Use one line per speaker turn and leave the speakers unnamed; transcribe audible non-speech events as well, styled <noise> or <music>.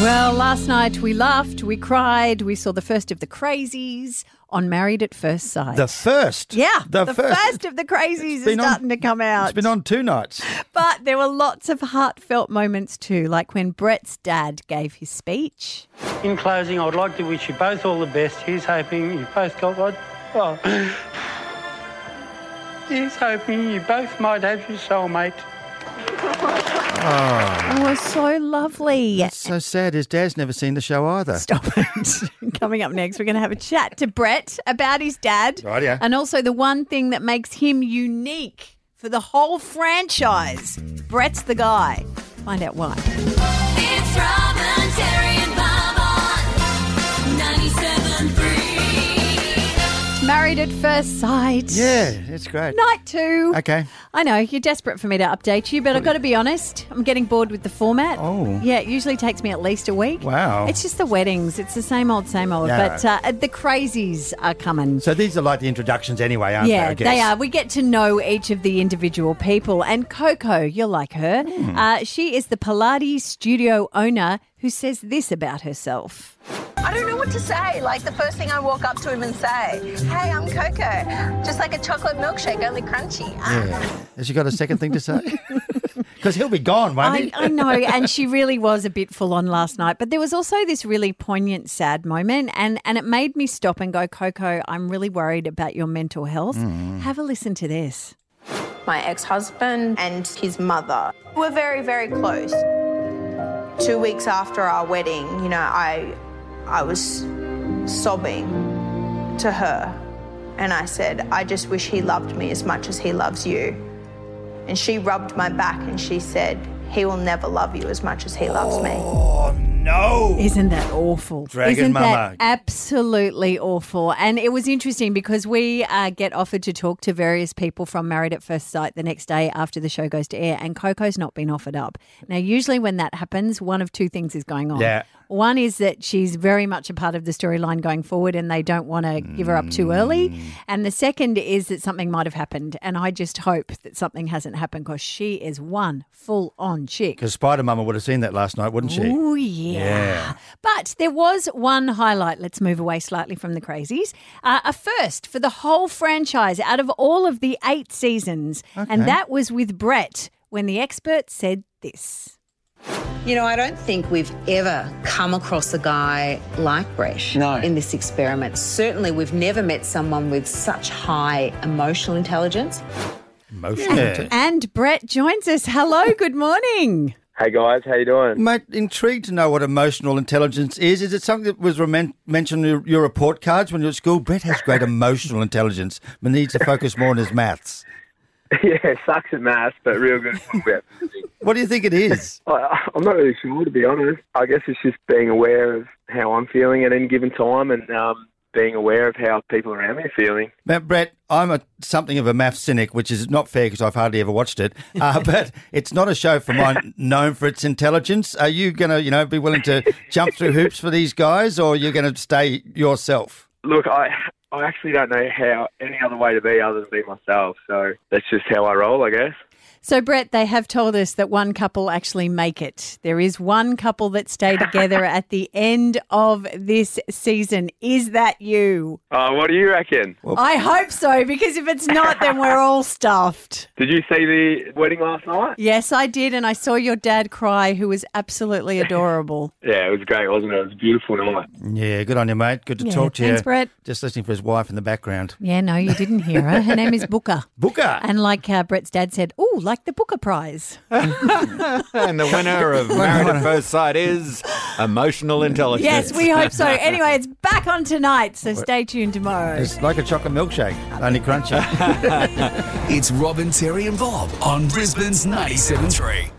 Well, last night we laughed, we cried, we saw the first of the crazies on Married at First Sight.
The first.
yeah,
The, first.
of the crazies is
been on-
starting to come out.
It's been on two nights.
But there were lots of heartfelt moments too, like when Brett's dad gave his speech.
In closing, I would like to wish you both all the best. Here's hoping you both got what. Oh. <sighs> Here's hoping you both might have your soulmate.
Oh, It was so lovely.
So sad. His dad's never seen the show either.
Stop it. <laughs> Coming up next, we're going to have a chat to Brett about his dad.
Rightio.
And also the one thing that makes him unique for the whole franchise. Brett's the guy. Find out why.
It's Robin, Terry, and Bob on 97.3.
Married at First Sight.
Yeah, it's great.
Night two.
Okay.
I know, you're desperate for me to update you, but I've got to be honest, I'm getting bored with the format.
Oh.
Yeah, it usually takes me at least a week.
Wow.
It's just the weddings. It's the same old, same old.
Yeah.
But uh, the crazies are coming.
So these are like the introductions anyway, aren't they?
Yeah,
I guess?
they are. We get to know each of the individual people. And Coco, you're like her.
Hmm.
Uh, she is the Pilates studio owner who says this about herself.
I don't know what to say. Like the first thing I walk up to him and say, "Hey, I'm Coco," just like a chocolate milkshake, only crunchy. Ah.
Yeah. Has she got a second thing
<laughs>
to say? Because he'll be gone, won't
I,
he?
I know, and she really was a bit full on last night. But there was also this really poignant, sad moment, and and it made me stop and go, Coco, I'm really worried about your mental health. Have a listen to this.
My ex-husband and his mother were very, very close. Two weeks after our wedding, you know, I, I was sobbing to her, and I said, "I just wish he loved me as much as he loves you." And she rubbed my back and she said, "He will never love you as much as he loves me."
No.
Isn't that awful?
Dragon
Isn't
Mama.
that absolutely awful? And it was interesting because we uh, get offered to talk to various people from Married at First Sight the next day after the show goes to air, and Coco's not been offered up. Now, usually when that happens, one of two things is going on.
Yeah.
One is that she's very much a part of the storyline going forward and they don't want to give her up too
Mm.
early. And the second is that something might have happened. And I just hope that something hasn't happened because she is one full on chick.
Because Spider Mama would have seen that last night, wouldn't she?
Oh, yeah.
Yeah.
But there was one highlight. Let's move away slightly from the crazies. Uh, a first for the whole franchise out of all of the eight seasons. And that was with Brett when the expert said this.
You know, I don't think we've ever come across a guy like Brett
No.
in this experiment. Certainly, we've never met someone with such high emotional intelligence.
Emotional.
And Brett joins us. Hello, good morning.
Hey guys, how you doing? <laughs>
Mate, intrigued to know what emotional intelligence is. Is it something that was remen- mentioned in your, your report cards when you were at school? Brett has great <laughs> emotional intelligence, but needs to focus more on his maths.
yeah, sucks at maths, but real good. <laughs> at everything.
What do you think it <laughs> is?
I, I'm not really sure to be honest. I guess it's just being aware of how I'm feeling at any given time, and um, being aware of how people around me are feeling.
Now, Brett, I'm a, something of a math cynic, which is not fair because I've hardly ever watched <laughs> it. Uh, but it's not a show for mine known for its intelligence. Are you going to, you know, be willing to jump through hoops for these guys, or you're going to stay yourself?
Look, I I actually don't know how any other way to be other than be myself. So that's just how I roll, I guess.
So, Brett, they have told us that one couple actually make it. There is one couple that stay together at the end of this season. Is that you?
Uh, what do you reckon?
I hope so, because if it's not, then we're all stuffed.
Did you see the wedding last night?
Yes, I did, and I saw your dad cry, who was absolutely adorable.
Yeah, it was great, wasn't it? It was a beautiful night.
Yeah, good on you, mate. Good to
Yeah,
talk to
thanks,
you.
Brett.
Just listening for his wife in the background.
<laughs> Yeah, no, you didn't hear her. Her name is Booker.
Booker.
And like uh, Brett's dad said, oh, like the Booker Prize.
And the winner of Married at First Sight is Emotional
<laughs>
Intelligence.
Yes, we hope so. Anyway, it's back on tonight, so stay tuned tomorrow.
It's like a chocolate milkshake, only
<laughs>
crunchy.
It's Robin, Terry, and Bob on Brisbane's 97.3.